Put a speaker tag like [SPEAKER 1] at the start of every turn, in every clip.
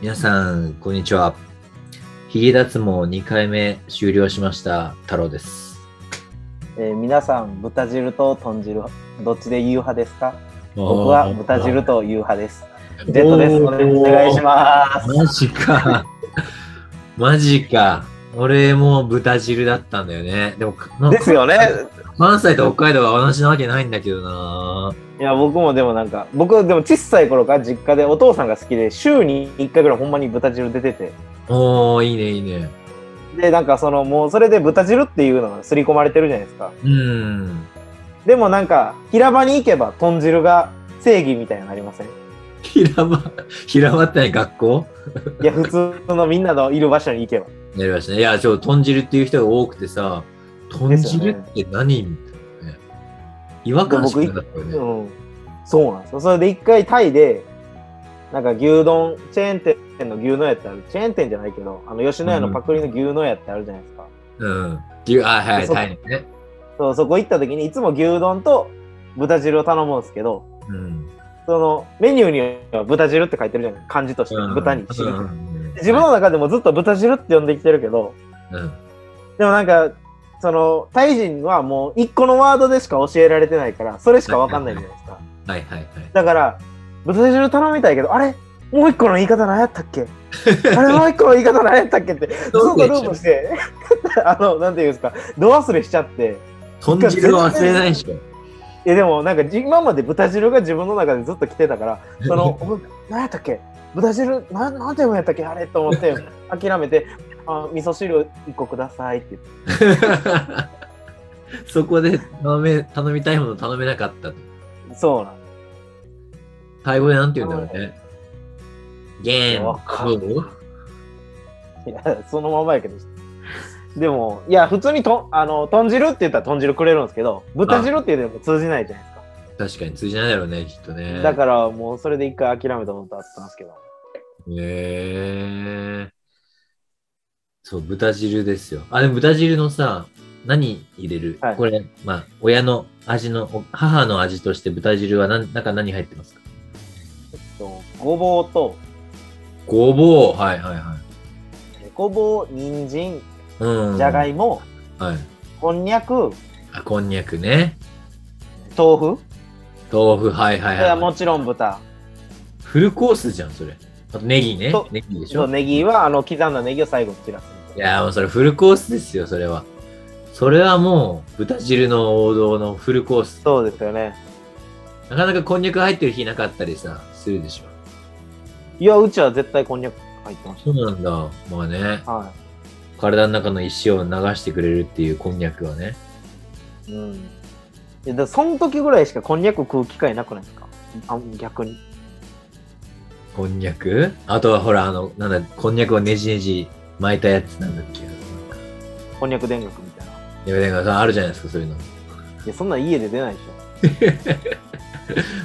[SPEAKER 1] 皆さん、こんにちは。ヒゲ脱毛2回目終了しました、太郎です。
[SPEAKER 2] えー皆さん豚汁と豚汁どっちで言う派ですか僕は豚汁と言う派です
[SPEAKER 1] おー
[SPEAKER 2] ジェットですのでお願いしま す
[SPEAKER 1] マジか。マジか。俺も豚汁だったんだよね。でも、なん
[SPEAKER 2] で
[SPEAKER 1] か
[SPEAKER 2] すよね
[SPEAKER 1] 関西と北海道は同じなわけないんだけどない
[SPEAKER 2] や僕もでもなんか僕でも小さい頃から実家でお父さんが好きで週に1回ぐらいほんまに豚汁出てて
[SPEAKER 1] おー、いいね、いいね。
[SPEAKER 2] でなんかそのもうそれで豚汁っていうのが刷り込まれてるじゃないですか
[SPEAKER 1] うん。
[SPEAKER 2] でもなんか平場に行けば豚汁が正義みたいになりませんい
[SPEAKER 1] 平場、平場ってない学校
[SPEAKER 2] や普通のみんなのいる場所に行けば
[SPEAKER 1] やりましたね。いや、ちょ、豚汁っていう人が多くてさ、豚汁って何みたいなね。違和感しかなかったよね。
[SPEAKER 2] うん、そうなんですよ。それで一回タイで、なんか牛丼、チェーン店の牛丼屋ってある、チェーン店じゃないけど、あの吉野家のパクリの牛丼屋ってあるじゃないですか。
[SPEAKER 1] うん。牛、あ、はい、
[SPEAKER 2] でそ
[SPEAKER 1] タイね。
[SPEAKER 2] そうそこ行った時にいつも牛丼と豚汁を頼むんですけど、
[SPEAKER 1] うん。
[SPEAKER 2] そのメニューには豚汁って書いてるじゃない漢字として、
[SPEAKER 1] うん
[SPEAKER 2] 豚に汁
[SPEAKER 1] う
[SPEAKER 2] と
[SPEAKER 1] ん
[SPEAKER 2] 自分の中でもずっと豚汁って呼んできてるけど、
[SPEAKER 1] うん。
[SPEAKER 2] でもなんか、そのタイ人はもう一個のワードでしか教えられてないから、それしかわかんないじゃないですか。
[SPEAKER 1] はいはい はい。
[SPEAKER 2] だから、豚汁頼みたいけど、あれもう一個の言い方何やったっけあれもう一個の言い方何やったっけ って、ずっとループして、 あの、なんていうんですか、度忘れしちゃって、
[SPEAKER 1] 豚汁は忘れないでしょ。
[SPEAKER 2] いやでもなんかじ今まで豚汁が自分の中でずっと来てたから、そ の、お何やったっけ豚汁、なんなんて読むんやったっけあれと思って、諦めて、あ味噌汁一個くださいって言って。
[SPEAKER 1] そこで頼め、頼みたいもの頼めなかったと。
[SPEAKER 2] そうなん
[SPEAKER 1] タイ語でなんて言うんだろうね。ゲー
[SPEAKER 2] わ
[SPEAKER 1] ン、
[SPEAKER 2] かん
[SPEAKER 1] コ
[SPEAKER 2] いや、そのままやけど。でも、いや、普通にとあの豚汁って言ったら豚汁くれるんですけど、豚汁って言っても通じないじゃないで
[SPEAKER 1] 確
[SPEAKER 2] すか。
[SPEAKER 1] かに通じないだろうね、きっとね。
[SPEAKER 2] だからもうそれで一回諦めたことあったんですけど。
[SPEAKER 1] へえ。そう、豚汁ですよ。あ、でも豚汁のさ、何入れる、
[SPEAKER 2] はい
[SPEAKER 1] これ、まあ、親の味の、お母の味として豚汁は何、中何入ってますか
[SPEAKER 2] えっとごぼうと、
[SPEAKER 1] ごぼうはいはいはい。
[SPEAKER 2] えごぼう、人参、
[SPEAKER 1] うん。
[SPEAKER 2] じゃが
[SPEAKER 1] い
[SPEAKER 2] いも、
[SPEAKER 1] はい。
[SPEAKER 2] こんにゃく、
[SPEAKER 1] あ、こんにゃくね。
[SPEAKER 2] 豆腐、
[SPEAKER 1] 豆腐、はいはい
[SPEAKER 2] それ
[SPEAKER 1] は。
[SPEAKER 2] はいもちろん豚、
[SPEAKER 1] フルコースじゃん、それ。あとネギね
[SPEAKER 2] と。
[SPEAKER 1] ネギでし
[SPEAKER 2] そう
[SPEAKER 1] ょ。
[SPEAKER 2] ネギはあの刻んだネギを最後に散らすみたい
[SPEAKER 1] い
[SPEAKER 2] な。
[SPEAKER 1] やーもうそれフルコースですよ、それは。それはもう、豚汁の王道のフルコース。
[SPEAKER 2] そうですよね。
[SPEAKER 1] なかなかこんにゃく入ってる日なかったりさ、するでしょ。
[SPEAKER 2] いや、うちは絶対こんにゃく入ってまし
[SPEAKER 1] そうなんだ。まあね、
[SPEAKER 2] た。は
[SPEAKER 1] 体の中の石を流してくれるっていうこんにゃくはね。
[SPEAKER 2] い。うん。いや、だからその時ぐらいしかこんにゃく食う機会なくないですかあ逆に。
[SPEAKER 1] こんにゃくあとはほら、あの、なんだ、こんにゃくをねじねじ巻いたやつなんだっけなんか
[SPEAKER 2] こんにゃく田楽みたいな。
[SPEAKER 1] やめてください。あるじゃないですか、そういうの。
[SPEAKER 2] いや、そんなん家で出ないでしょ。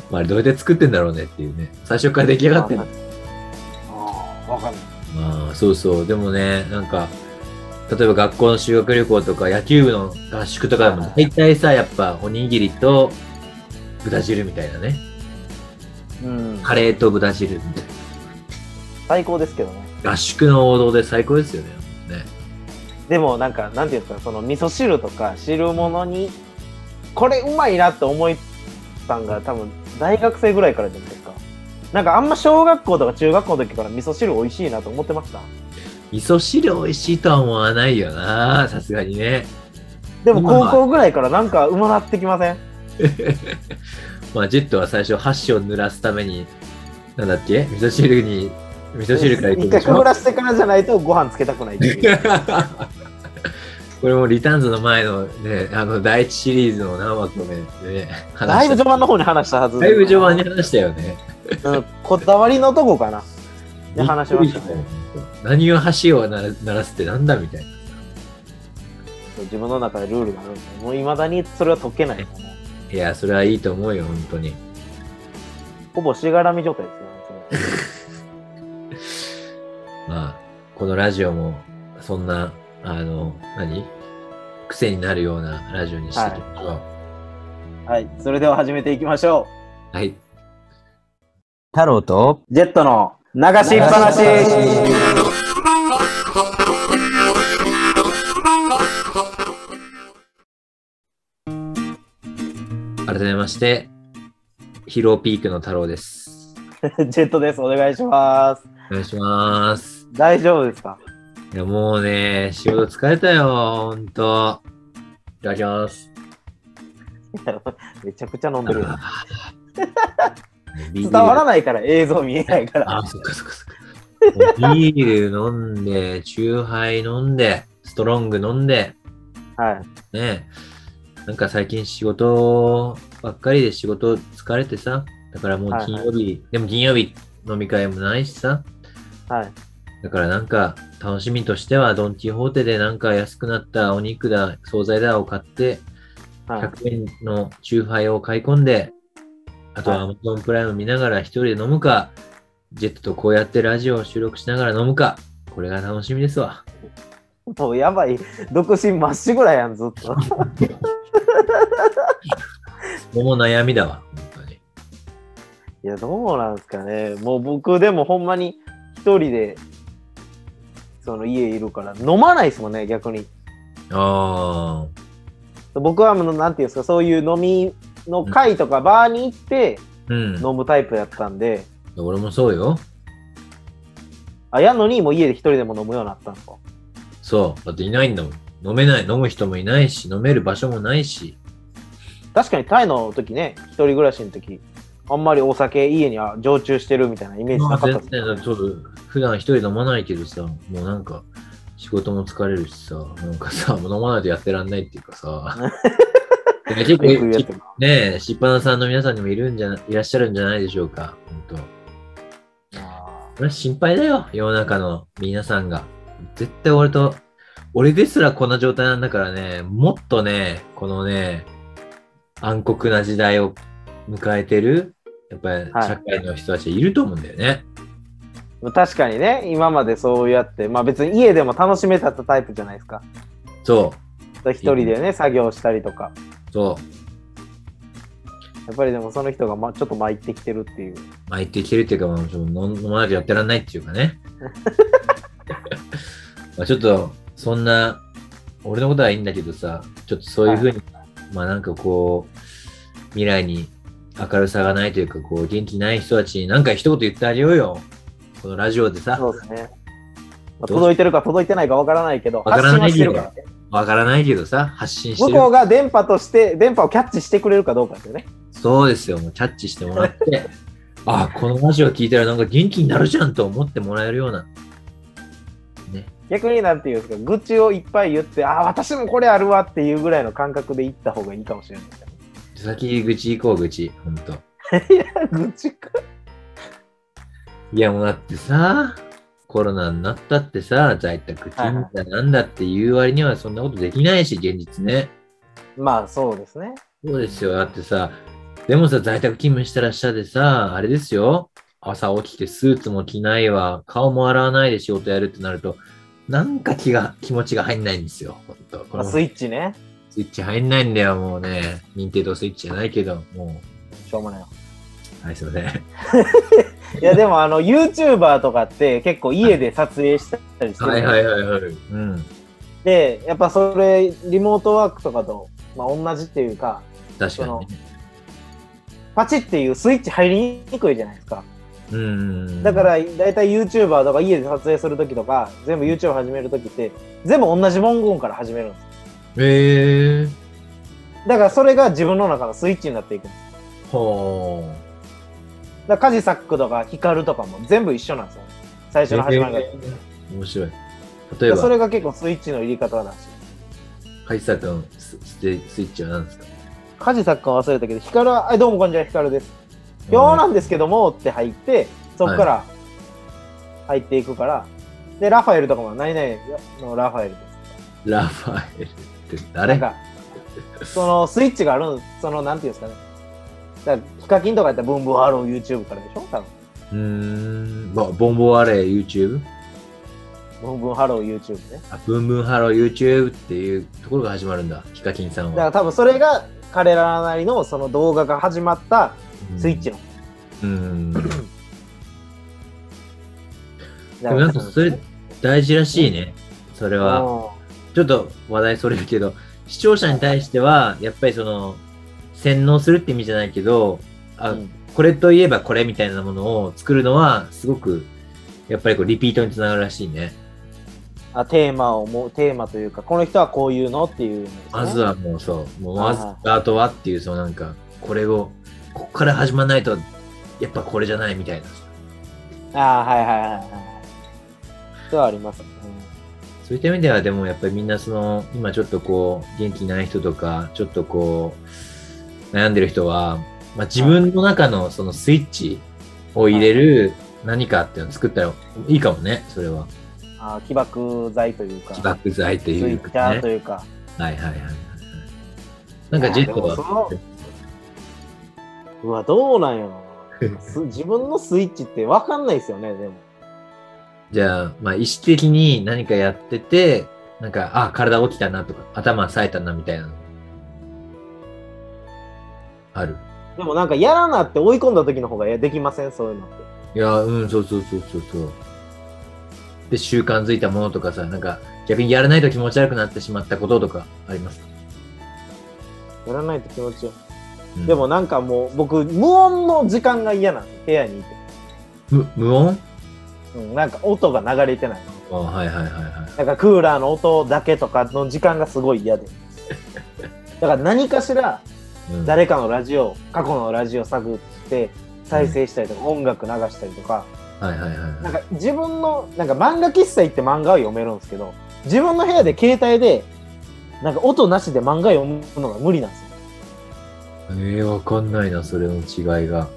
[SPEAKER 1] まあ、あれどうやって作ってんだろうねっていうね。最初から出来上がってんの。
[SPEAKER 2] ああ、わかんない。
[SPEAKER 1] まあ、そうそう。でもね、なんか、例えば学校の修学旅行とか野球部の合宿とかでも大体さ、やっぱおにぎりと豚汁みたいなね。
[SPEAKER 2] うん。
[SPEAKER 1] カレーと豚汁みたい
[SPEAKER 2] 最高ですけどね。
[SPEAKER 1] な。合宿の王道で最高ですよね。ね
[SPEAKER 2] でもなんかなんていうんですかその味噌汁とか汁物にこれうまいなって思ったんが多分大学生ぐらいからじゃないですかなんかあんま小学校とか中学校の時から味噌汁美味しいなと思ってました
[SPEAKER 1] 味噌汁美味しいとは思わないよなさすがにね
[SPEAKER 2] でも高校ぐらいからなんかうまなってきません
[SPEAKER 1] まあジェットは最初箸を濡らすためになんだっけ味噌汁に味噌汁からいく
[SPEAKER 2] 一
[SPEAKER 1] で
[SPEAKER 2] 回
[SPEAKER 1] し
[SPEAKER 2] かぶ
[SPEAKER 1] ょ
[SPEAKER 2] らしてからじゃないとご飯つけたくないっ ていう
[SPEAKER 1] これもリターンズの前のねあの第一シリーズの何枠もね
[SPEAKER 2] だ
[SPEAKER 1] 話
[SPEAKER 2] い
[SPEAKER 1] した
[SPEAKER 2] ぶ序盤の方に話したはず
[SPEAKER 1] だいぶ序盤に話したよね
[SPEAKER 2] うんこだわりのとこかなで話しましたね
[SPEAKER 1] 何を箸を鳴ら鳴らすってなんだみたいな
[SPEAKER 2] 自分の中でルールがあるんでもういまだにそれは解けないですね
[SPEAKER 1] いやそれはいいと思うよ本当に
[SPEAKER 2] ほぼしがらみ状態ですよねそれ
[SPEAKER 1] まあ、このラジオも、そんな、あの、何癖になるようなラジオにしていきましょう。
[SPEAKER 2] はい、それでは始めていきましょう。
[SPEAKER 1] はい。
[SPEAKER 2] 太郎とジェットの流しっぱなし。
[SPEAKER 1] 改めまして、疲労ピークの太郎です。
[SPEAKER 2] ジェットです。お願いします。
[SPEAKER 1] お願いします。
[SPEAKER 2] 大丈夫ですか
[SPEAKER 1] いや、もうね、仕事疲れたよ、ほんと。いただきます。
[SPEAKER 2] めちゃくちゃ飲んでる。
[SPEAKER 1] 伝
[SPEAKER 2] 伝わらないから映像見えないから。
[SPEAKER 1] あ、そっかそっかそっか。もうビール飲んで、チューハイ飲んで、ストロング飲んで、
[SPEAKER 2] はい。
[SPEAKER 1] ねえなんか最近仕事ばっかりで仕事疲れてさ、だからもう金曜日、でも金曜日飲み会もないしさ、
[SPEAKER 2] はい。
[SPEAKER 1] だからなんか楽しみとしてはドン・キホーテでなんか安くなったお肉だ、惣菜だを買って、
[SPEAKER 2] はい。
[SPEAKER 1] 100円のチューハイを買い込んで、あとは Amazon プライム見ながら一人で飲むか、ジェットとこうやってラジオを収録しながら飲むか、これが楽しみですわ。
[SPEAKER 2] もうやばい。独身まっしぐらやん、ずっ と。
[SPEAKER 1] これも悩みだわ、本当に。
[SPEAKER 2] いや、どうなんですかね。もう僕でもほんまに一人で、その家いるから、飲まないですもんね、逆に。
[SPEAKER 1] あ
[SPEAKER 2] 僕はあの、なんていうんですか、そういう飲みの会とかバーに行って
[SPEAKER 1] あ、うん。
[SPEAKER 2] 飲むタイプやったんで、
[SPEAKER 1] 俺もそうよ。
[SPEAKER 2] あ、やのにもう家で一人でも飲むようになったんですか。
[SPEAKER 1] そう。だっていないんだもん。飲めない、飲む人もいないし、飲める場所もないし。
[SPEAKER 2] 確かにタイの時ね、一人暮らしの時、あんまりお酒家には常駐してるみたいなイメージなかった
[SPEAKER 1] 全
[SPEAKER 2] ですね
[SPEAKER 1] 然、そう普段一人飲まないけどさ、もうなんか、仕事も疲れるしさ、なんかさ、 もう飲まないとやってらんないっていうか さ。いや結構
[SPEAKER 2] よく言うやつが
[SPEAKER 1] ねえ、しっぱなさんの皆さんにもいるんじゃないらっしゃるんじゃないでしょうか。本当。
[SPEAKER 2] あ
[SPEAKER 1] それは心配だよ、世の中の皆さんが。絶対俺と、俺ですらこんな状態なんだからね、もっとね、このね、暗黒な時代を迎えてる、やっぱり
[SPEAKER 2] はい
[SPEAKER 1] 社会の人たちいると思うんだよね。
[SPEAKER 2] ー確かにね、今までそうやって、まあ別に家でも楽しめたタイプじゃないですか。
[SPEAKER 1] そ
[SPEAKER 2] 一人でね、作業したりとか。
[SPEAKER 1] う、そ
[SPEAKER 2] やっぱりでもその人が、ま、ちょっと参ってきてるっていう。
[SPEAKER 1] う。まあ、言ってきてるっていうか、まあ、その飲飲まなきゃやってらんないっていうか ね。まあちょっと、そんな、俺のことはいいんだけどさ、ちょっとそういうふうに、まあなんかこう、未来に明るさがないというか、こう、元気ない人たちになんか一言言ってあげようよ。このラジオでさ、
[SPEAKER 2] そうですね。まあ届いてるか届いてないかわからないけど、
[SPEAKER 1] わからない
[SPEAKER 2] 発
[SPEAKER 1] け
[SPEAKER 2] 信
[SPEAKER 1] ど
[SPEAKER 2] はしてるからね
[SPEAKER 1] わからないけどさ、発信して
[SPEAKER 2] 向
[SPEAKER 1] る。
[SPEAKER 2] こうが電波として、電波をキャッチしてくれるかどうかですよね。
[SPEAKER 1] そうですよ、もうキャッチしてもらって、あこのラジオ聞いたらなんか元気になるじゃんと思ってもらえるような。ね。
[SPEAKER 2] 逆になんていうんですか、愚痴をいっぱい言って、ああ、私もこれあるわっていうぐらいの感覚で行った方がいいかもしれないですね。
[SPEAKER 1] 先愚痴行こう、愚痴。ほんと。
[SPEAKER 2] 愚痴か。
[SPEAKER 1] いやもうだってさ、コロナになったってさ、在宅勤務だなんだっていう割にはそんなことできないし、現実ね。
[SPEAKER 2] まあそうですね。
[SPEAKER 1] そうですよ。だってさ、でもさ、在宅勤務したらしたでさ、あれですよ。朝起きてスーツも着ないわ、顔も洗わないで仕事やるってなると、なんか気が、気持ちが入んないんですよ。ほんと。こ
[SPEAKER 2] まあ
[SPEAKER 1] の
[SPEAKER 2] ス
[SPEAKER 1] スイ
[SPEAKER 2] イッチね。
[SPEAKER 1] ッチ入んないんだよ、もうね。認定とスイッチじゃないけど、も
[SPEAKER 2] しょうもないわ。
[SPEAKER 1] う、はい、すいません。
[SPEAKER 2] いやでもあの YouTuber とかって結構家で撮影したりしてる。
[SPEAKER 1] はいはいはいはい。うん。
[SPEAKER 2] で、やっぱそれリモートワークとかと、まあ、同じっていうか、
[SPEAKER 1] 確か
[SPEAKER 2] その
[SPEAKER 1] にね。
[SPEAKER 2] パチっていうスイッチ入りにくいじゃないですか。
[SPEAKER 1] うん。
[SPEAKER 2] だか、ら大体 YouTuber とか家で撮影するときとか、全部 YouTube 始めるときって、全部同じ文言から始めるんです。
[SPEAKER 1] えー。
[SPEAKER 2] だからそれが自分の中のスイッチになっていくんです。
[SPEAKER 1] は
[SPEAKER 2] だからカジサックとかヒカルとかも全部一緒なんですよ。最初の始まりが。だか
[SPEAKER 1] あ。面白い。例え
[SPEAKER 2] らそ
[SPEAKER 1] ば、
[SPEAKER 2] れが結構スイッチの入り方だし。
[SPEAKER 1] カイサ君のススイッチは何ですか
[SPEAKER 2] カジサックは忘れたけど、ヒカルは、あどうもこんにちは、ヒカルです。今日なんですけどもって入って、そこから入っていくから、で、ラファエルとかも、何々のラファエルです。
[SPEAKER 1] ラファエルって
[SPEAKER 2] な
[SPEAKER 1] 誰
[SPEAKER 2] んか、そのスイッチがあるんその、なんていうんですかね。だからヒカキンとかやったら、ブンブンハロー YouTube からでしょ多分。
[SPEAKER 1] うーん、ボボンボワレー YouTube?
[SPEAKER 2] ブンブンハロー YouTube ね。
[SPEAKER 1] あ、ブンブンハロー YouTube っていうところが始まるんだ、ヒカキンさん
[SPEAKER 2] だから
[SPEAKER 1] は。
[SPEAKER 2] 多分それが、彼らなりのその動画が始まったスイッチの。
[SPEAKER 1] うん。うん。でもなんかそれ大事らしいね。それは。
[SPEAKER 2] は、
[SPEAKER 1] ちょっと話題それるけど、視聴者に対しては、やっぱりその、洗脳するって意味じゃないけど、あ、
[SPEAKER 2] うん
[SPEAKER 1] これといえばこれみたいなものを作るのは、すごく、やっぱりこう、リピートにつながるらしいね。
[SPEAKER 2] あテーマをもうテーマというかこの人はこういうのっていうのですね
[SPEAKER 1] まずはもうそう、もう
[SPEAKER 2] あ
[SPEAKER 1] ま
[SPEAKER 2] ー
[SPEAKER 1] ず、あとはっていう、そのなんか、これを、ここから始まらないと、やっぱこれじゃないみたいな。
[SPEAKER 2] ああはいはいはいはいそれはありますね
[SPEAKER 1] そういった意味では、でもやっぱりみんなその、今ちょっとこう、元気ない人とか、ちょっとこう、悩んでる人は、まあ、自分の中のそのスイッチを入れる何かっていうのを作ったらいいかもね、それは。
[SPEAKER 2] あー起爆剤というか
[SPEAKER 1] 起爆剤と
[SPEAKER 2] ツイ
[SPEAKER 1] いう
[SPEAKER 2] ッタ
[SPEAKER 1] か
[SPEAKER 2] ー
[SPEAKER 1] ね。
[SPEAKER 2] というか
[SPEAKER 1] はいはいはいはい。なんかジェット
[SPEAKER 2] いやでも
[SPEAKER 1] は
[SPEAKER 2] そ、うわどうなんやろな す自分のスイッチって分かんないですよねでも
[SPEAKER 1] じゃあ、まあ意識的に何かやってて、なんか、あ、体起きたなとか、頭冴えたなみたいなの。ある。
[SPEAKER 2] でもなんかやらなって追い込んだ時の方がいやできませんそういうのって
[SPEAKER 1] いや、うん、そうそうそうそうそう。で、習慣づいたものとかさ、なんか、逆にやらないと気持ち悪くなってしまったこととかありますか、
[SPEAKER 2] やらないと気持ちよ
[SPEAKER 1] うん
[SPEAKER 2] でも、なんかもう僕無音の時間が嫌なんです部屋にいて、
[SPEAKER 1] む無音
[SPEAKER 2] うん、なんか音が流れてない
[SPEAKER 1] あはいはいはいはい。
[SPEAKER 2] なんかクーラーの音だけとかの時間がすごい嫌で。だから何かしら
[SPEAKER 1] うん、
[SPEAKER 2] 誰かのラジオ、過去のラジオ探って再生したりとか、音楽流したりとか、
[SPEAKER 1] はいはいはいはい。
[SPEAKER 2] なんか自分の、なんか漫画喫茶行って漫画を読めるんですけど、自分の部屋で携帯で、なんか音なしで漫画読むのが無理なんですよ。
[SPEAKER 1] えー、わかんないな、それの違いが。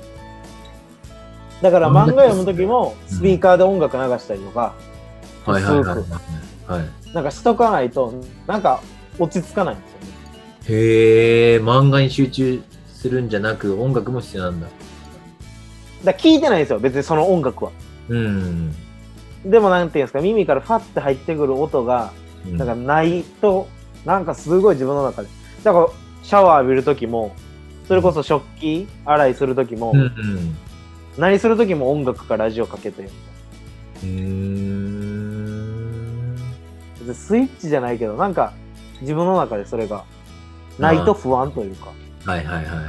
[SPEAKER 2] だから漫画読む時もスピーカーで音楽流したりとか、
[SPEAKER 1] はいはいはい
[SPEAKER 2] そう
[SPEAKER 1] はい。はい、
[SPEAKER 2] なんかしとかないと、なんか落ち着かないんですよね。
[SPEAKER 1] へえ、漫画に集中するんじゃなく、音楽も必要なんだ。
[SPEAKER 2] だから聞いてないんですよ、別にその音楽は。
[SPEAKER 1] うん。
[SPEAKER 2] でもなんていうんですか耳からファッて入ってくる音が
[SPEAKER 1] うん
[SPEAKER 2] なんかないとなんかすごい自分の中でだからシャワー浴びる時もそれこそ食器洗いする時も、
[SPEAKER 1] うんうん。
[SPEAKER 2] 何する時も音楽かラジオかけて
[SPEAKER 1] うーん。
[SPEAKER 2] 別にスイッチじゃないけどなんか自分の中でそれがないと不安というか、
[SPEAKER 1] はいはいはいはい。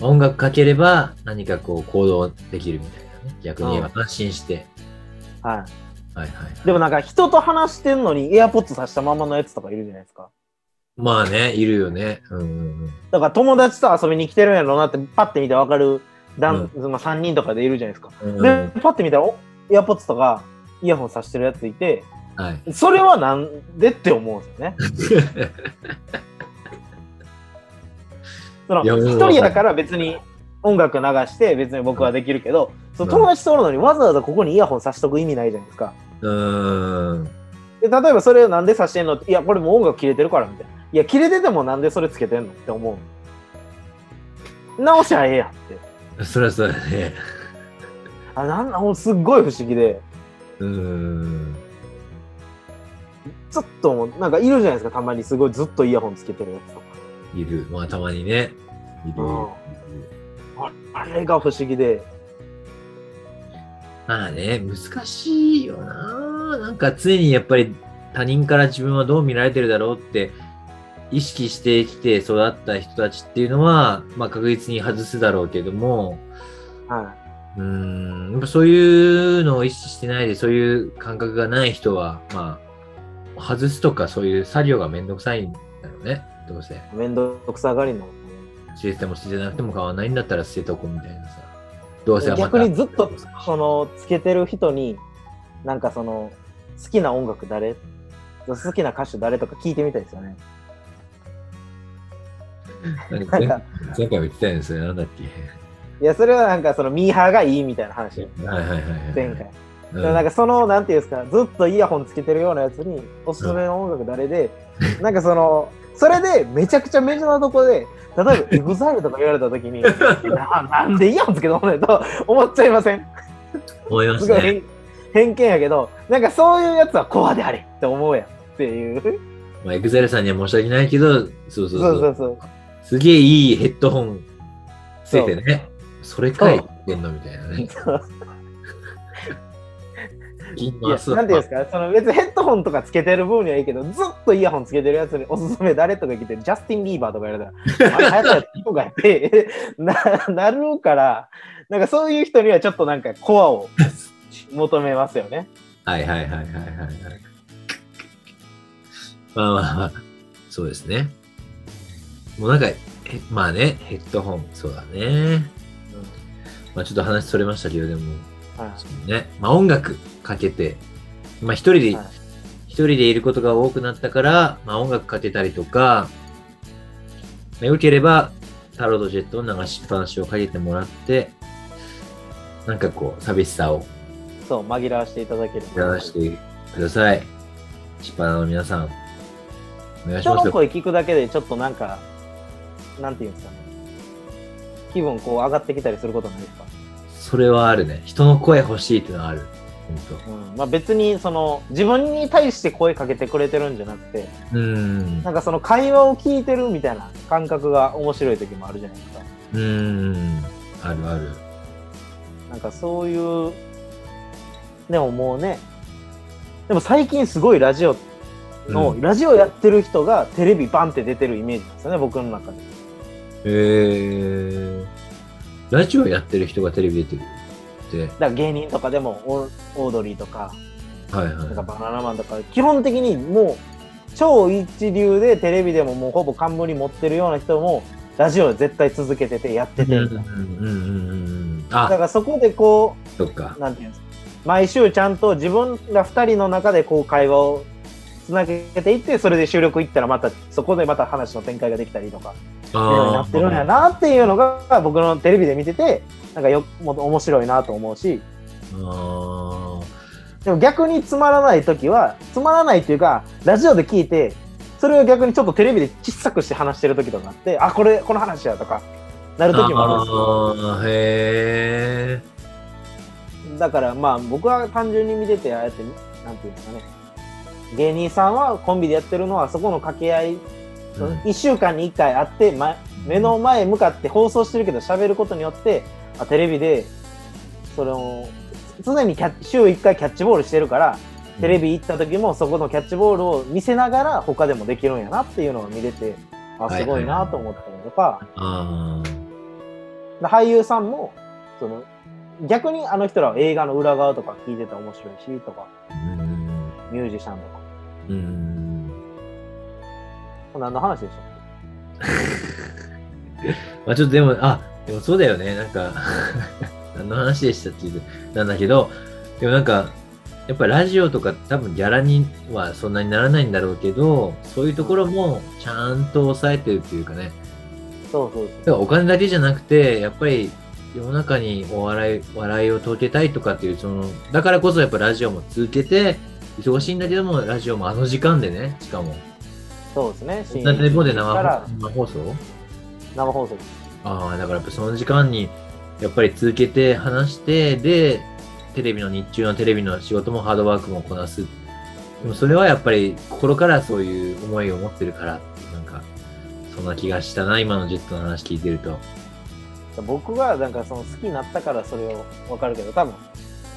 [SPEAKER 1] 音楽かければ何かこう行動できるみたいなね。逆に言えば安心して。
[SPEAKER 2] は
[SPEAKER 1] はいはい、はい。
[SPEAKER 2] い、でもなんか人と話してんのにエアポッツさしたままのやつとかいるじゃないですか
[SPEAKER 1] まあね、いるよね。うんうんうん。
[SPEAKER 2] だから友達と遊びに来てるんやろうなってパッて見てわかる、だんまあ、3人とかでいるじゃないですか
[SPEAKER 1] うんう
[SPEAKER 2] で
[SPEAKER 1] ん、
[SPEAKER 2] パッて見たら、おイヤポッツとか、イヤホンさしてるやついて、
[SPEAKER 1] はい。
[SPEAKER 2] それはなんでって思うんですよね。その、
[SPEAKER 1] いやもう
[SPEAKER 2] 一人やから別に音楽流して、別に僕はできるけど、その
[SPEAKER 1] うん
[SPEAKER 2] 友達とおるのにわざわざここにイヤホンさしとく意味ないじゃないですか。
[SPEAKER 1] うーん。
[SPEAKER 2] で、例えばそれをなんでさしてんのって、いや、これもう音楽切れてるからみたいな。いや、切れててもなんでそれつけてんのって思う。直しゃええやんって。
[SPEAKER 1] そりゃそうだね。
[SPEAKER 2] あ、なんなん、もうすっごい不思議で。
[SPEAKER 1] うーん。
[SPEAKER 2] ちょっともうなんかいるじゃないですかたまにすごいずっとイヤホンつけてるやつと
[SPEAKER 1] いる。まあたまにね。いるいる。
[SPEAKER 2] うんかああれが不思議で
[SPEAKER 1] まあね、難しいよな。なんか常にやっぱり他人から自分はどう見られてるだろうって意識してきて育った人たちっていうのは、まあ確実に外すだろうけども、
[SPEAKER 2] は
[SPEAKER 1] うーん、やっぱそういうのを意識してないで、そういう感覚がない人は、まあ、外すとかそういう作業がめんどくさいんだろうね、どうせ。
[SPEAKER 2] い面倒くさがりの
[SPEAKER 1] 捨てても捨ててなくても変わんないんだったら捨てとこうみたいなさ。どうせはまた
[SPEAKER 2] 逆にずっとそのつけてる人になんかその好きな音楽誰好きな歌手誰とか聞いてみたいですよね
[SPEAKER 1] なんか
[SPEAKER 2] な
[SPEAKER 1] 前
[SPEAKER 2] んか
[SPEAKER 1] 前回も言ってたんですよ、なんだっけ。
[SPEAKER 2] いやそれはなんかそのミーハーがいいみたいな話
[SPEAKER 1] はいはいはいはい。
[SPEAKER 2] 前回、
[SPEAKER 1] うん。
[SPEAKER 2] なんかそのなんていうんですかずっとイヤホンつけてるようなやつにおすすめの音楽誰で、なんかそのそれでめちゃくちゃメジャーなとこで例えば EXILE とか言われた時にななんでイヤホンつけてもらえと思っちゃいません
[SPEAKER 1] 思いますす
[SPEAKER 2] ご
[SPEAKER 1] ね。
[SPEAKER 2] い偏偏見やけどなんかそういうやつはコアであれって思うやんっていう
[SPEAKER 1] まあ、エグゼルさんには申し訳ないけど、そうそうそ
[SPEAKER 2] そううそうそう
[SPEAKER 1] すげえいいヘッドホンついてね。それかい
[SPEAKER 2] そ
[SPEAKER 1] 言ってんのみたいなね。 金
[SPEAKER 2] いや
[SPEAKER 1] の
[SPEAKER 2] なんていうんですか、その別にヘッドホンとかつけてる分にはいいけど、ずっとイヤホンつけてるやつにおすすめ誰とか聞いて、ジャスティン・ビーバーとかやられたら、流行ったやつとかやって、 ななるから、なんかそういう人にはちょっとなんかコアを求めますよね。
[SPEAKER 1] はいはいはいはいはいはい。まあまあまあ、そうですね。もうなんか、えまあね、ヘッドホン、そうだね。まあちょっと話それましたけど、でも、
[SPEAKER 2] はい
[SPEAKER 1] そうね。まあ音楽かけて、まあ一人で、
[SPEAKER 2] はい
[SPEAKER 1] 一人でいることが多くなったから、まあ音楽かけたりとか、まあ、良ければ、タローとジェットの流しっぱなしをかけてもらって、なんかこう、寂しさを
[SPEAKER 2] そう、紛らわしていただける。
[SPEAKER 1] やらせてください。チッパナの皆さん、お願いし
[SPEAKER 2] 人
[SPEAKER 1] ます
[SPEAKER 2] の
[SPEAKER 1] よ。
[SPEAKER 2] 声聞くだけでちょっとなんか、なんていうんですかね。気分こう上がってきたりすることないですか、
[SPEAKER 1] それはあるね。人の声欲しいってのはある。本
[SPEAKER 2] うんまあ、別にその自分に対して声かけてくれてるんじゃなくて、
[SPEAKER 1] 当。うーん。
[SPEAKER 2] なんかその会話を聞いてるみたいな感覚が面白い時もあるじゃないですか。
[SPEAKER 1] うーん。あるある。
[SPEAKER 2] なんかそういう、でももうね、でも最近すごいラジオの、
[SPEAKER 1] うん
[SPEAKER 2] ラジオやってる人がテレビバンって出てるイメージなんですよね、僕の中で。
[SPEAKER 1] えー。ラジオやってる人がテレビ出てるっ
[SPEAKER 2] だから芸人とかでもオーオードリーとか、
[SPEAKER 1] て。はい
[SPEAKER 2] なんか
[SPEAKER 1] は
[SPEAKER 2] バナナマンとか、基本的にもう超一流でテレビでももうほぼ冠持ってるような人も、ラジオ絶対続けててやって
[SPEAKER 1] い。
[SPEAKER 2] て、
[SPEAKER 1] うん
[SPEAKER 2] だ
[SPEAKER 1] うんうんうんうん。
[SPEAKER 2] か
[SPEAKER 1] あ、
[SPEAKER 2] らそこでこう、
[SPEAKER 1] そっか。
[SPEAKER 2] なんていうんですか毎週ちゃんと自分ら2人の中でこう会話をつなげていってそれで収録行ったらまたそこでまた話の展開ができたりとかいろいろな
[SPEAKER 1] あ
[SPEAKER 2] ってるんや
[SPEAKER 1] ー
[SPEAKER 2] なっていうのが僕のテレビで見ててなんかよもっと面白いなと思うし
[SPEAKER 1] あ
[SPEAKER 2] でも逆につまらない時はつまらないっていうかラジオで聞いてそれを逆にちょっとテレビで小さくして話してる時とかあってあこれこの話やとかなる時もあるんですよ。
[SPEAKER 1] ー。あーへ
[SPEAKER 2] だからまあ僕は単純に見ててああやってなんていうんですかね芸人さんはコンビでやってるのはそこの掛け合い、
[SPEAKER 1] ーうん。
[SPEAKER 2] 1週間に1回あって、ま、目の前向かって放送してるけど喋ることによってあテレビでそれを常にキャッ週1回キャッチボールしてるからテレビ行った時もそこのキャッチボールを見せながら他でもできるんやなっていうのを見れてあすごいなと思ったりとか。
[SPEAKER 1] あー。
[SPEAKER 2] 俳優さんもその逆にあの人らは映画の裏側とか聞いてたら面白いしとか
[SPEAKER 1] うん
[SPEAKER 2] ミュージシャンとか
[SPEAKER 1] うん。
[SPEAKER 2] これ何の話でしたっ
[SPEAKER 1] まあちょっとでも、あ、でもそうだよね。なんか、 何の話でしたっていう、なんだけど、でもなんか、やっぱラジオとか多分ギャラにはそんなにならないんだろうけど、そういうところもちゃんと抑えてるっていうかね。
[SPEAKER 2] けそうそう
[SPEAKER 1] だからお金だけじゃなくて、やっぱり世の中にお笑い、笑いを届けたいとかっていう、その、だからこそやっぱラジオも続けて、忙しいんだけども、ラジオもあの時間でね、しかも。
[SPEAKER 2] そうそうですね
[SPEAKER 1] だってもうで
[SPEAKER 2] から
[SPEAKER 1] 生放送
[SPEAKER 2] 生放送です
[SPEAKER 1] ああ、だからやっぱその時間に、やっぱり続けて話して、で、テレビの日中のテレビの仕事もハードワークもこなす。でもそれはやっぱり心からそういう思いを持ってるから、なんか、そんな気がしたな、今のジェットの話聞いてると。
[SPEAKER 2] 僕がなんかその好きになったからそれを分かるけど多分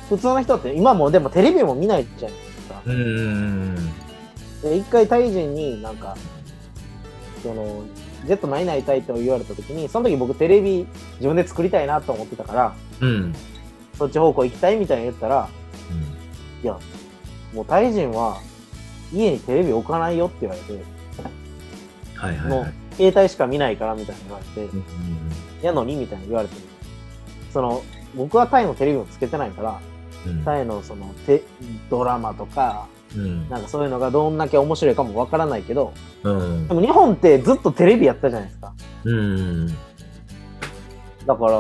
[SPEAKER 2] 普通の人って今もうでもテレビも見ないじゃないですか
[SPEAKER 1] うんうん
[SPEAKER 2] で一回タイ人になんかそのジェット何々たいって言われた時にその時僕テレビ自分で作りたいなと思ってたから
[SPEAKER 1] うん。うん。
[SPEAKER 2] そっち方向行きたいみたいに言ったらいや、もうタイ人は家にテレビ置かないよって言われて、
[SPEAKER 1] はいはい
[SPEAKER 2] も
[SPEAKER 1] は
[SPEAKER 2] う
[SPEAKER 1] い。
[SPEAKER 2] 携帯しか見ないからみたいに言われて
[SPEAKER 1] う、ん
[SPEAKER 2] やのにみたいに言われて、その、僕はタイのテレビをつけてないから、
[SPEAKER 1] うん
[SPEAKER 2] タイのそのテドラマとか、
[SPEAKER 1] うん。
[SPEAKER 2] なんかそういうのがどんだけ面白いかもわからないけど、
[SPEAKER 1] うん
[SPEAKER 2] で。も日本ってずっとテレビやったじゃないですか。
[SPEAKER 1] うん。
[SPEAKER 2] だから、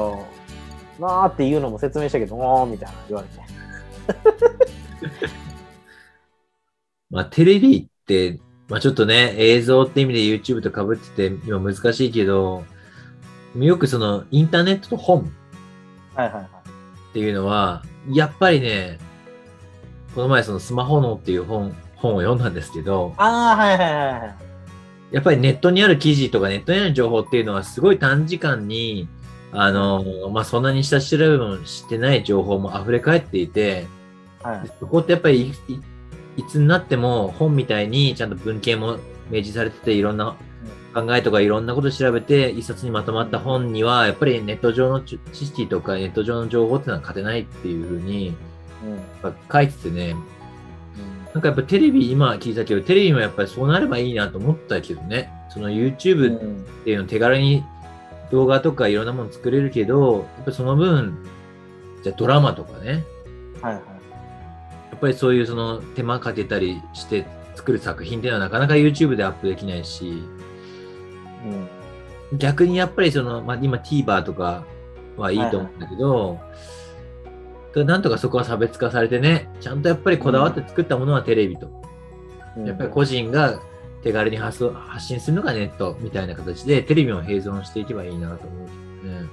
[SPEAKER 2] なーっていうのも説明したけど、おーみたいな言われて。
[SPEAKER 1] まあ、テレビって、まあ、ちょっとね、映像って意味で YouTube とかぶってて、今難しいけど、よくそのインターネットと本
[SPEAKER 2] はいはいはい。
[SPEAKER 1] っていうのは、やっぱりね、この前そのスマホのっていう本、本を読んだんですけど、
[SPEAKER 2] あー、はいはいはいはい。
[SPEAKER 1] やっぱりネットにある記事とかネットにある情報っていうのはすごい短時間に、あの、まあ、そんなに下調べもしてない情報も溢れ返っていて、
[SPEAKER 2] はい。
[SPEAKER 1] そこってやっぱりいいいつになっても本みたいにちゃんと文献も明示されてていろんな考えとかいろんなこと調べて一冊にまとまった本にはやっぱりネット上の知知識とかネット上の情報っていうのは勝てないっていうふうに
[SPEAKER 2] うん。うん
[SPEAKER 1] やっぱ書いててねなんかやっぱテレビ今聞いたけどテレビもやっぱりそうなればいいなと思ったけどねその YouTube
[SPEAKER 2] うん
[SPEAKER 1] っていうの手軽に動画とかいろんなもの作れるけどやっぱその分じゃあドラマとかね
[SPEAKER 2] はいはい。
[SPEAKER 1] やっぱりそういうその手間かけたりして作る作品っていうのはなかなか YouTube でアップできないし
[SPEAKER 2] うん。
[SPEAKER 1] 逆にやっぱりその、まあ、今 TVer とかはいいと思うんだけど、ただなんとかそこは差別化されてねちゃんとやっぱりこだわって作ったものはテレビと、
[SPEAKER 2] うん
[SPEAKER 1] やっぱり個人が手軽に発想発信するのがネットみたいな形でテレビも併存していけばいいなと思うけどね。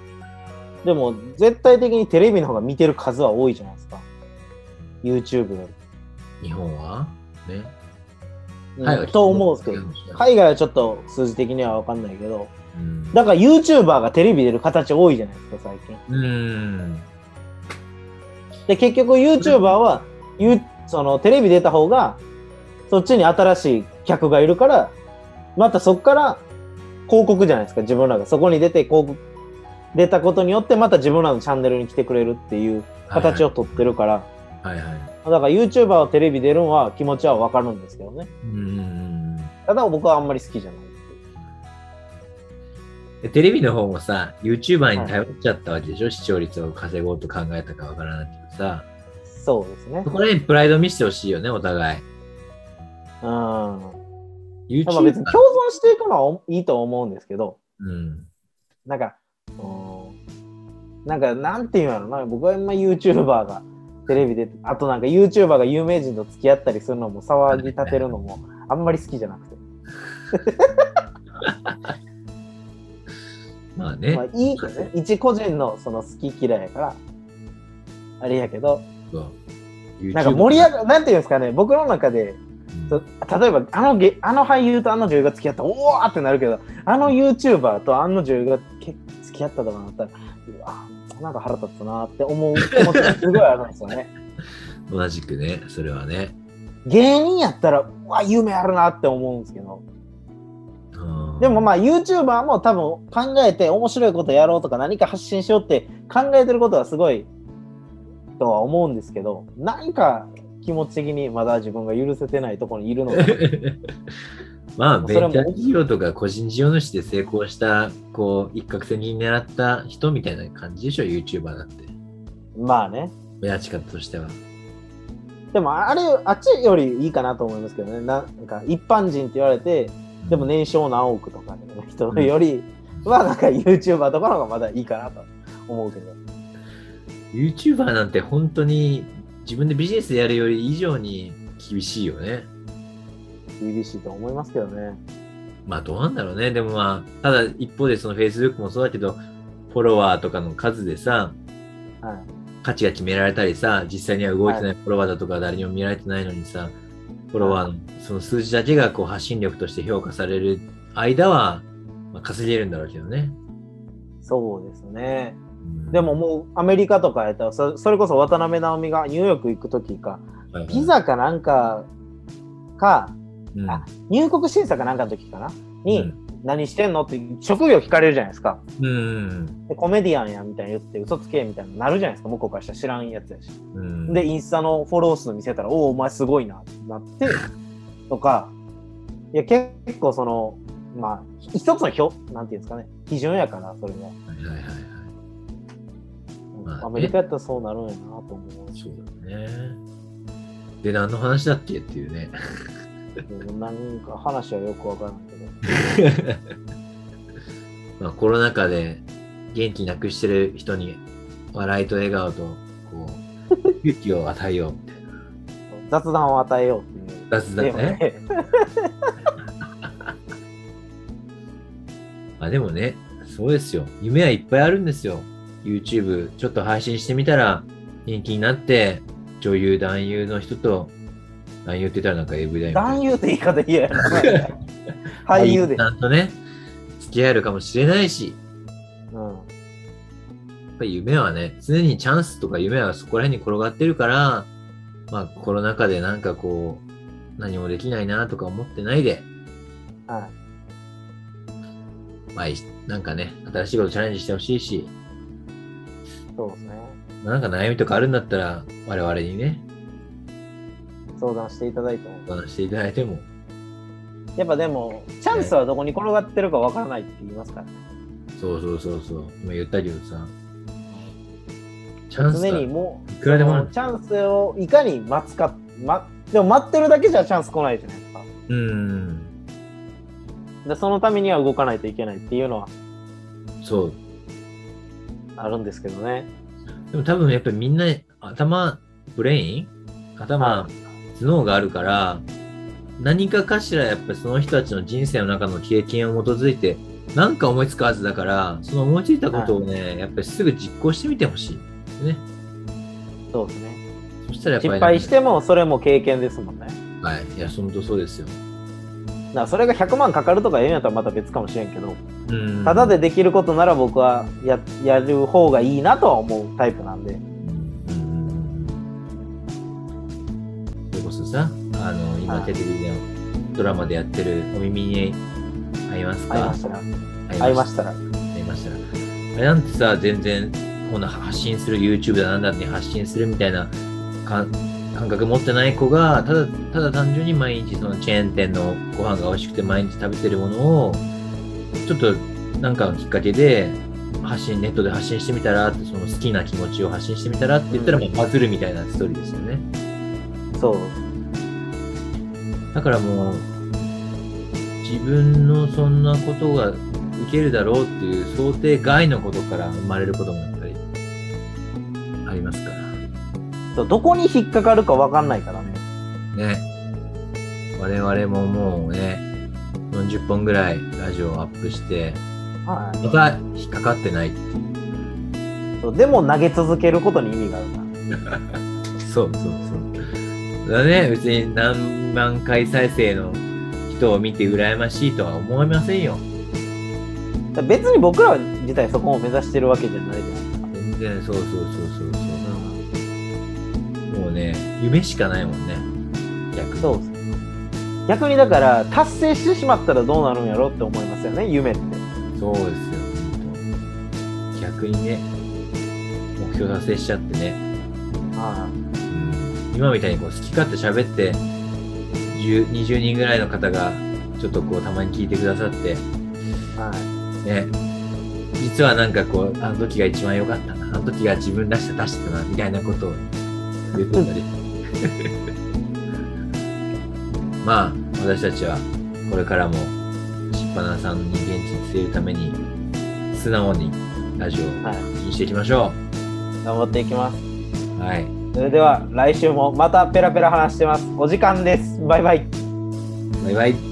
[SPEAKER 2] でも、絶対的にテレビの方が見てる数は多いじゃないですか。YouTube よ
[SPEAKER 1] 日本はね。
[SPEAKER 2] り。
[SPEAKER 1] 海外
[SPEAKER 2] うんと思うんですけど、
[SPEAKER 1] はい。
[SPEAKER 2] 海外はちょっと数字的には分かんないけど、
[SPEAKER 1] うん
[SPEAKER 2] だから YouTuber がテレビ出る形多いじゃないですか、最近。
[SPEAKER 1] うん。
[SPEAKER 2] で、結局 YouTuber は、ゆそのテレビ出た方が、そっちに新しい客がいるから、またそっから広告じゃないですか、自分らが。そこに出て広告、出たことによって、また自分らのチャンネルに来てくれるっていう形を取ってるから、
[SPEAKER 1] はいはい。
[SPEAKER 2] だから YouTuber はテレビ出るのは気持ちはわかるんですけどね。
[SPEAKER 1] うん。
[SPEAKER 2] ただ僕はあんまり好きじゃない。
[SPEAKER 1] でテレビの方もさ、YouTuber に頼っちゃったわけでしょ、視聴率を稼ごうと考えたかわからないけどさ、
[SPEAKER 2] そうですね。
[SPEAKER 1] そこら辺プライド見せてほしいよね、お互い。
[SPEAKER 2] うん。でも
[SPEAKER 1] YouTuber。
[SPEAKER 2] 別に共存していくのはいいと思うんですけど、
[SPEAKER 1] うん。
[SPEAKER 2] なんか、うんなんか、なんていうんやろな、僕は今 YouTuber がテレビで、あとなんか YouTuber が有名人と付き合ったりするのも騒ぎ立てるのもあんまり好きじゃなくて。
[SPEAKER 1] まあね。
[SPEAKER 2] まあいいけどね、一個人のその好き嫌いやから、あれやけど、
[SPEAKER 1] そう
[SPEAKER 2] なんか盛り上
[SPEAKER 1] が
[SPEAKER 2] がなんていうんですかね、僕の中で、そ例えばあのげあの俳優とあの女優が付き合ったらおおってなるけどあの YouTuber とあの女優がけ付き合ったとかなったらうわなんか腹立つなって思う気持ちがすごいあるんですよね
[SPEAKER 1] 同じくね、それはね。
[SPEAKER 2] 芸人やったらうわ夢あるなって思うんですけど
[SPEAKER 1] うん
[SPEAKER 2] でもまあ YouTuber も多分考えて面白いことやろうとか何か発信しようって考えてることはすごいとは思うんですけどなんか気持ち的にまだ自分が許せてないところにいる のが
[SPEAKER 1] まあ、
[SPEAKER 2] そ
[SPEAKER 1] ベン
[SPEAKER 2] れも
[SPEAKER 1] チャー企業とか個人事業主で成功した、こう、一攫千金狙った人みたいな感じでしょ、YouTuber だって。
[SPEAKER 2] まあね
[SPEAKER 1] 目立ち方としては。
[SPEAKER 2] でもあれあっちよりいいかなと思いますけどねななんか一般人って言われてでも年商何億とかの人よりはなんか YouTuber とかの方がまだいいかなと思うけど
[SPEAKER 1] YouTuber なんて本当に自分でビジネスやるより以上に厳しいよね。
[SPEAKER 2] 厳しいと思いますけどね
[SPEAKER 1] まあどうなんだろうね。でもまあ、ただ一方でその Facebook もそうだけど、フォロワーとかの数でさ、
[SPEAKER 2] は
[SPEAKER 1] 価値が決められたりさ、実際には動いてないフォロワーだとか誰にも見られてないのにさ、フォロワーのその数字だけがこう発信力として評価される間は、まあ、稼げるんだろうけどね。
[SPEAKER 2] いそうですね
[SPEAKER 1] うん
[SPEAKER 2] でも、もうアメリカとかやったらそそれこそ渡辺直美がニューヨーク行く時か
[SPEAKER 1] はいはい
[SPEAKER 2] ピ、ザかなんかか
[SPEAKER 1] うん
[SPEAKER 2] あ入国審査かなんかの時かなに、
[SPEAKER 1] うん
[SPEAKER 2] 何してんのって職業聞かれるじゃないですか
[SPEAKER 1] うん。
[SPEAKER 2] でコメディアンやみたいに言って嘘つけみたいになるじゃないですか向こうからしたら知らんやつやし
[SPEAKER 1] うん、
[SPEAKER 2] で、インスタのフォロー数見せたら、おお、お前すごいなってな って、とか、いや、結構その、まあ、一つの表、なんていうんですかね、基準やから、それも。
[SPEAKER 1] はいはいはいはい。まあね
[SPEAKER 2] アメリカやったらそうなるんやなと思うし
[SPEAKER 1] そう、だね。で、何の話だっけっていうね。
[SPEAKER 2] なんか話はよくわからんけど。
[SPEAKER 1] まあ、コロナ禍で元気なくしてる人に笑いと笑顔とこう 勇気を与えようみたいな
[SPEAKER 2] 雑談を与えようっていう。
[SPEAKER 1] 雑談ね。
[SPEAKER 2] テーマで
[SPEAKER 1] まあでもね、そうですよ。夢はいっぱいあるんですよ。YouTube ちょっと配信してみたら人気になって女優男優の人と男優って言ったらなんか AV だよね。
[SPEAKER 2] 男優って言い方嫌やな。 俳優で。
[SPEAKER 1] ちゃんとね、付き合えるかもしれないし、
[SPEAKER 2] うん。
[SPEAKER 1] やっぱり夢はね、常にチャンスとか夢はそこら辺に転がってるから、まあ、コロナ禍でなんかこう、何もできないなとか思ってないで、
[SPEAKER 2] は
[SPEAKER 1] まあ、いなんかね、新しいことチャレンジしてほしいし、
[SPEAKER 2] い。そうですね。
[SPEAKER 1] なんか悩みとかあるんだったら、我々にね、
[SPEAKER 2] 相談していただいても。
[SPEAKER 1] お話していただいても、
[SPEAKER 2] やっぱでも、チャンスはどこに転がってるかわからないって言いますからね。
[SPEAKER 1] そうそうそうそう、今言ったけどさ、チャンス
[SPEAKER 2] 常
[SPEAKER 1] だ
[SPEAKER 2] にもう、
[SPEAKER 1] いくらでもある
[SPEAKER 2] チャンスをいかに待つか、ま、でも待ってるだけじゃチャンス来ないじゃないですか。
[SPEAKER 1] うん、
[SPEAKER 2] でそのためには動かないといけないっていうのは
[SPEAKER 1] そう。
[SPEAKER 2] あるんですけどね。
[SPEAKER 1] でも多分やっぱりみんな頭、ブレイン頭、頭脳があるから、何かかしらやっぱりその人たちの人生の中の経験を基づいて、なんか思いつくはずだから、その思いついたことをね、やっぱりすぐ実行してみてほしいですね。
[SPEAKER 2] そうですね。
[SPEAKER 1] そしたらやっぱり、
[SPEAKER 2] 失敗してもそれも経験ですもんね。
[SPEAKER 1] はい。いや、本当そうですよ。
[SPEAKER 2] だからそれが100万かかるとか言うんやったらまた別かもしれんけど、
[SPEAKER 1] うん。
[SPEAKER 2] ただで、できることなら僕はややる方がいいなとは思うタイプなんで。
[SPEAKER 1] うんうん。それこそさ、あの、今
[SPEAKER 2] はい
[SPEAKER 1] テレビでドラマでやってるお耳に合いますか
[SPEAKER 2] 会いましたら、
[SPEAKER 1] 合い
[SPEAKER 2] 会いま
[SPEAKER 1] た
[SPEAKER 2] したら。
[SPEAKER 1] ありましたらあれなんてさ、全然、こんな発信する YouTube だなんだって発信するみたいなか感覚持ってない子が、ただ、ただ単純に毎日そのチェーン店のご飯が美味しくて毎日食べてるものを、ちょっとなんかのきっかけで、発信、ネットで発信してみたらって、その好きな気持ちを発信してみたらって言ったら、
[SPEAKER 2] うん
[SPEAKER 1] もうバズるみたいなストーリーですよね。
[SPEAKER 2] そう。
[SPEAKER 1] だからもう、自分のそんなことが受けるだろうっていう想定外のことから生まれることもやっぱりありますから。
[SPEAKER 2] そうどこに引っかかるかわかんないからね。
[SPEAKER 1] ね。我々ももうね、40本ぐらいラジオをアップして、
[SPEAKER 2] は
[SPEAKER 1] また引っかかってないっていう。
[SPEAKER 2] いそう。でも投げ続けることに意味があるな。
[SPEAKER 1] そうそうそう。だね、別に何万回再生の人を見て羨ましいとは思いませんよ。
[SPEAKER 2] だから別に僕ら自体そこを目指してるわけじゃないじゃないですか。
[SPEAKER 1] 全然そうそうそうそうそうもうね夢しかないもんね逆に
[SPEAKER 2] そうですね逆にだから達成してしまったらどうなるんやろって思いますよね夢って
[SPEAKER 1] そうですよ本当逆にね目標達成しちゃってね、
[SPEAKER 2] あ
[SPEAKER 1] うん、今みたいにこう好き勝手喋って10 20人ぐらいの方がちょっとこうたまに聞いてくださって
[SPEAKER 2] あはい
[SPEAKER 1] ね実はなんかこうあの時が一番良かったなあの時が自分らしさ出してたなみたいなことを言ってたり まあ私たちはこれからもしっぱなさんに現地に据えるために素直にラジオを
[SPEAKER 2] はい
[SPEAKER 1] 発信していきましょ
[SPEAKER 2] 頑張っていきます
[SPEAKER 1] うはい
[SPEAKER 2] それでは来週もまたペラペラ話してますお時間ですバイバイ
[SPEAKER 1] バイバイ